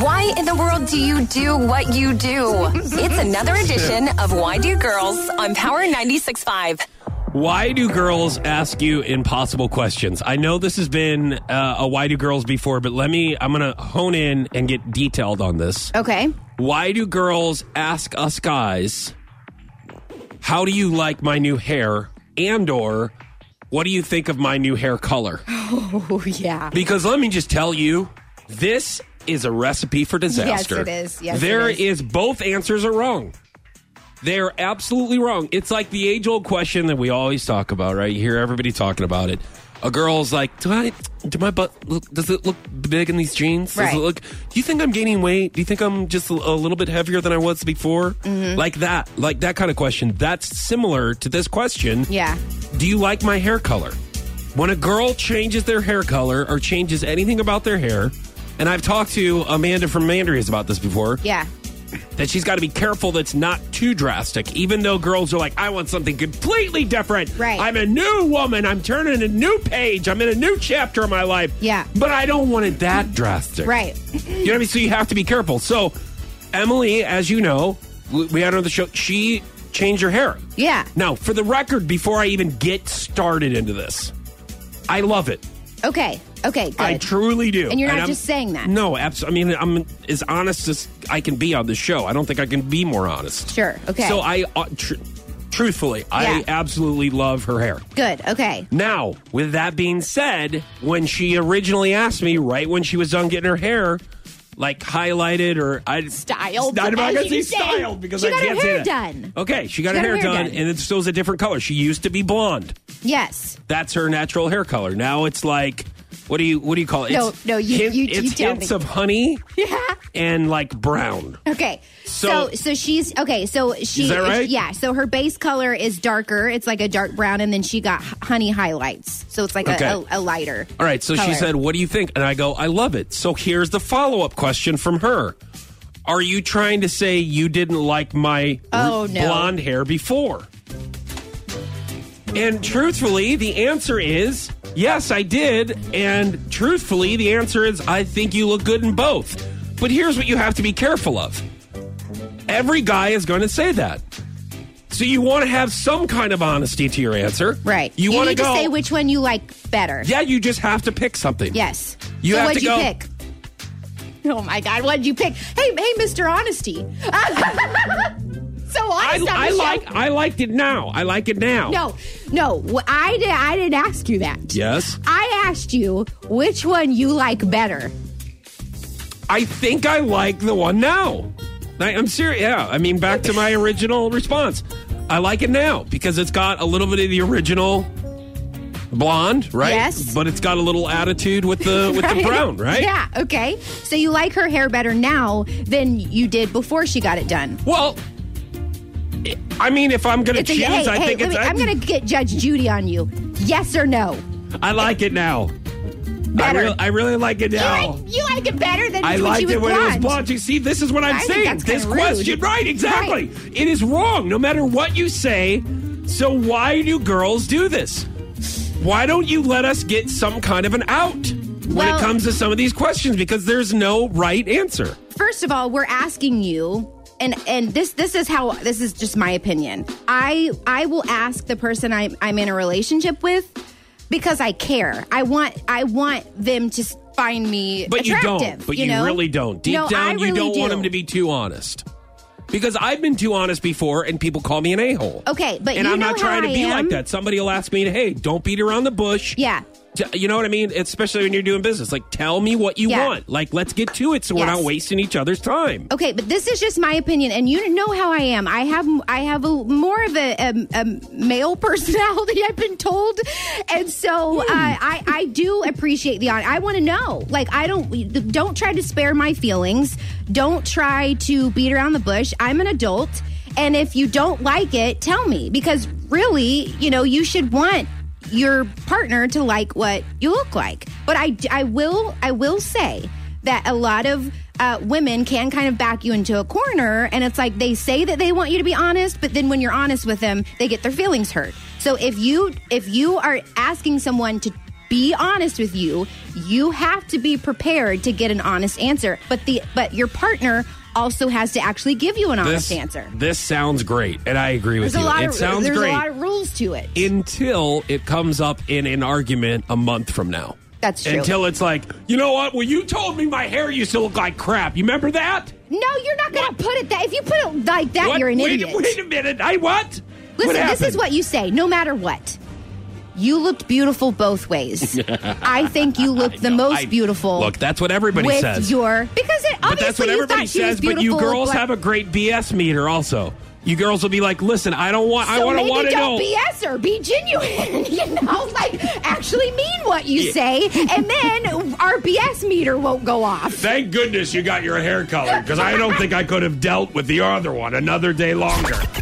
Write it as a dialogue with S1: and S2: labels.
S1: Why in the world do you do what you do? It's another edition of Why Do Girls on Power 96.5.
S2: Why do girls ask you impossible questions? I know this has been uh, a why do girls before, but let me, I'm going to hone in and get detailed on this.
S1: Oh.
S3: Okay.
S2: Why do girls ask us guys, how do you like my new hair? And or, what do you think of my new hair color?
S3: Oh, yeah.
S2: Because let me just tell you, this is a recipe for disaster.
S3: it is. Yes, it
S2: there
S3: is.
S2: is both answers are wrong. They are absolutely wrong. It's like the age old question that we always talk about, right? You hear everybody talking about it. A girl's like, do I, do my butt look, does it look big in these jeans? Does
S3: Right.
S2: it look, do you think I'm gaining weight? Do you think I'm just a little bit heavier than I was before?
S3: Mm-hmm.
S2: Like that, like that kind of question. That's similar to this question.
S3: Yeah.
S2: Do you like my hair color? When a girl changes their hair color or changes anything about their hair, and I've talked to Amanda from Mandry's about this before,
S3: Yeah.
S2: that she's got to be careful that's not too drastic, even though girls are like, I want something completely different.
S3: Right.
S2: I'm a new woman. I'm turning a new page. I'm in a new chapter of my life.
S3: Yeah.
S2: But I don't want it that drastic.
S3: Right.
S2: You know what I mean? So you have to be careful. So, Emily, as you know, we we had her on the show, she changed her hair.
S3: Yeah.
S2: Now, for the record, before I even get started into this, I love it.
S3: Okay. Okay. Good.
S2: I truly do.
S3: And you're not
S2: I'm-
S3: just saying that.
S2: No, absolutely. I mean, I'm as honest as I can be on this show. I don't think I can be more honest.
S3: Sure. Okay.
S2: So I, uh, tr- truthfully,
S3: Yeah.
S2: I absolutely love her hair.
S3: good. Okay.
S2: Now, with that being said, when she originally asked me, right when she was done getting her hair, like highlighted or I
S3: Styled?
S2: Not
S3: How
S2: about
S3: do
S2: to say
S3: you say-
S2: styled because
S3: She
S2: I
S3: got her
S2: can't say
S3: hair
S2: that.
S3: done.
S2: Okay, she got,
S3: She
S2: her, hair, done, and it still is a different color. She used to be blonde.
S3: Yes.
S2: That's her natural hair color. Now it's like what do you what do you call it?
S3: No,
S2: It's
S3: no, you-
S2: hint-
S3: you- you
S2: it's
S3: tell
S2: hints
S3: me.
S2: of honey
S3: Yeah.
S2: and like brown.
S3: Okay.
S2: So-
S3: So, so she's okay. So she
S2: Is that right?
S3: Yeah. So her base color is darker. It's like a dark brown, and then she got h- honey highlights. So it's like
S2: Okay.
S3: a, a, a lighter.
S2: All right, so she
S3: color.
S2: said, "What do you think?" And I go, "I love it." So here's the follow-up question from her. Are you trying to say you didn't like my r-
S3: Oh, no.
S2: blonde hair before? And truthfully, the answer is yes, I did. And truthfully, the answer is I think you look good in both. But here's what you have to be careful of every guy is going to say that. So you want to have some kind of honesty to your answer.
S3: Right.
S2: You, want
S3: need
S2: go.
S3: to say which one you like better.
S2: yeah, you just have to pick something.
S3: Yes.
S2: You
S3: so
S2: have
S3: what'd
S2: to
S3: you
S2: go-
S3: pick? Oh my God! What'd you pick? Hey, hey, Mister Honesty. so
S2: I,
S3: honest. on
S2: I
S3: the show.
S2: like I liked it now. I like it now.
S3: No, no. wh- I did. I didn't ask you that.
S2: Yes.
S3: I asked you which one you like better.
S2: I think I like the one now. I, I'm serious. Yeah. I mean, back to my original response. I like it now because it's got a little bit of the original blonde, right?
S3: Yes.
S2: But it's got a little attitude with the with the brown, right?
S3: Yeah, okay. So you like her hair better now than you did before she got it done.
S2: Well, I mean, if I'm gonna choose,
S3: hey,
S2: I
S3: hey,
S2: think
S3: let
S2: it's
S3: me- I'm going to get Judge Judy on you. Yes or no?
S2: I like it now.
S3: Better.
S2: I, real- I really like it
S3: You,
S2: now.
S3: like, you like it better than
S2: I
S3: when she
S2: liked
S3: was
S2: it when
S3: blonde.
S2: it was blonde. You see, this is what I'm
S3: I think
S2: saying.
S3: that's
S2: This
S3: kinda rude.
S2: question, right? Exactly. It is wrong, no matter what you say. So why do girls do this? Why don't you let us get some kind of an out when
S3: Well-
S2: it comes to some of these questions? Because there's no right answer.
S3: First of all, we're asking you and and this this is how this is just my opinion. I I will ask the person I'm I'm in a relationship with because I care. I want I want them to s- find me
S2: But you
S3: attractive.
S2: don't. But you,
S3: know?
S2: really don't. Deep
S3: No, I
S2: down, you
S3: really
S2: don't want
S3: do.
S2: them to be too honest. Because I've been too honest before, and people call me an a hole.
S3: Okay, but
S2: and
S3: you
S2: I'm
S3: know
S2: not
S3: how
S2: trying to
S3: I
S2: be like
S3: am.
S2: that. Somebody will ask me, "Hey, don't beat around the bush."
S3: Yeah.
S2: T- You know what I mean? Especially when you're doing business. Like, tell me what you
S3: Yeah.
S2: want. Like, let's get to it so we're
S3: Yes.
S2: not wasting each other's time.
S3: Okay, but this is just my opinion, and you know how I am. I have I have a, more of a, a, a male personality. I've been told, and
S2: Hmm.
S3: so uh, I I do appreciate the honor. I want to know. Like I don't don't try to spare my feelings. Don't try to beat around the bush. I'm an adult, and if you don't like it, tell me because really, you know, you should want your partner to like what you look like. But I I will I will say that a lot of uh, women can kind of back you into a corner, and it's like they say that they want you to be honest, but then when you're honest with them, they get their feelings hurt. So if you if you are asking someone to be honest with you, you have to be prepared to get an honest answer. But the but your partner also has to actually give you an Oh, honest answer.
S2: This sounds great, and I agree with
S3: There's a
S2: you.
S3: lot
S2: it
S3: of
S2: sounds
S3: there's
S2: great
S3: a lot of rules to it.
S2: until it comes up in an argument a month from now.
S3: That's true.
S2: Until it's like, you know what? Well, you told me my hair used to look like crap. You remember that?
S3: no, you're not going to put it that. If you put it like that,
S2: What?
S3: you're an
S2: wait,
S3: idiot.
S2: Wait a minute. I what?
S3: Listen,
S2: what
S3: this is
S2: happened?
S3: what you say, no matter what. You looked beautiful both ways. I think you looked the most
S2: I-
S3: beautiful.
S2: Look, that's what everybody
S3: with
S2: says.
S3: your because it obviously
S2: but that's what
S3: you
S2: everybody
S3: thought she was
S2: says. But you
S3: beautiful,
S2: girls
S3: but-
S2: have a great BS meter, also. You girls will be like, listen, I don't want. I
S3: So
S2: want to
S3: maybe
S2: want to know.
S3: don't BS her. Be genuine. You know, like actually mean what you say, and then our BS meter won't go off.
S2: Thank goodness you got your hair colored because I don't think I could have dealt with the other one another day longer.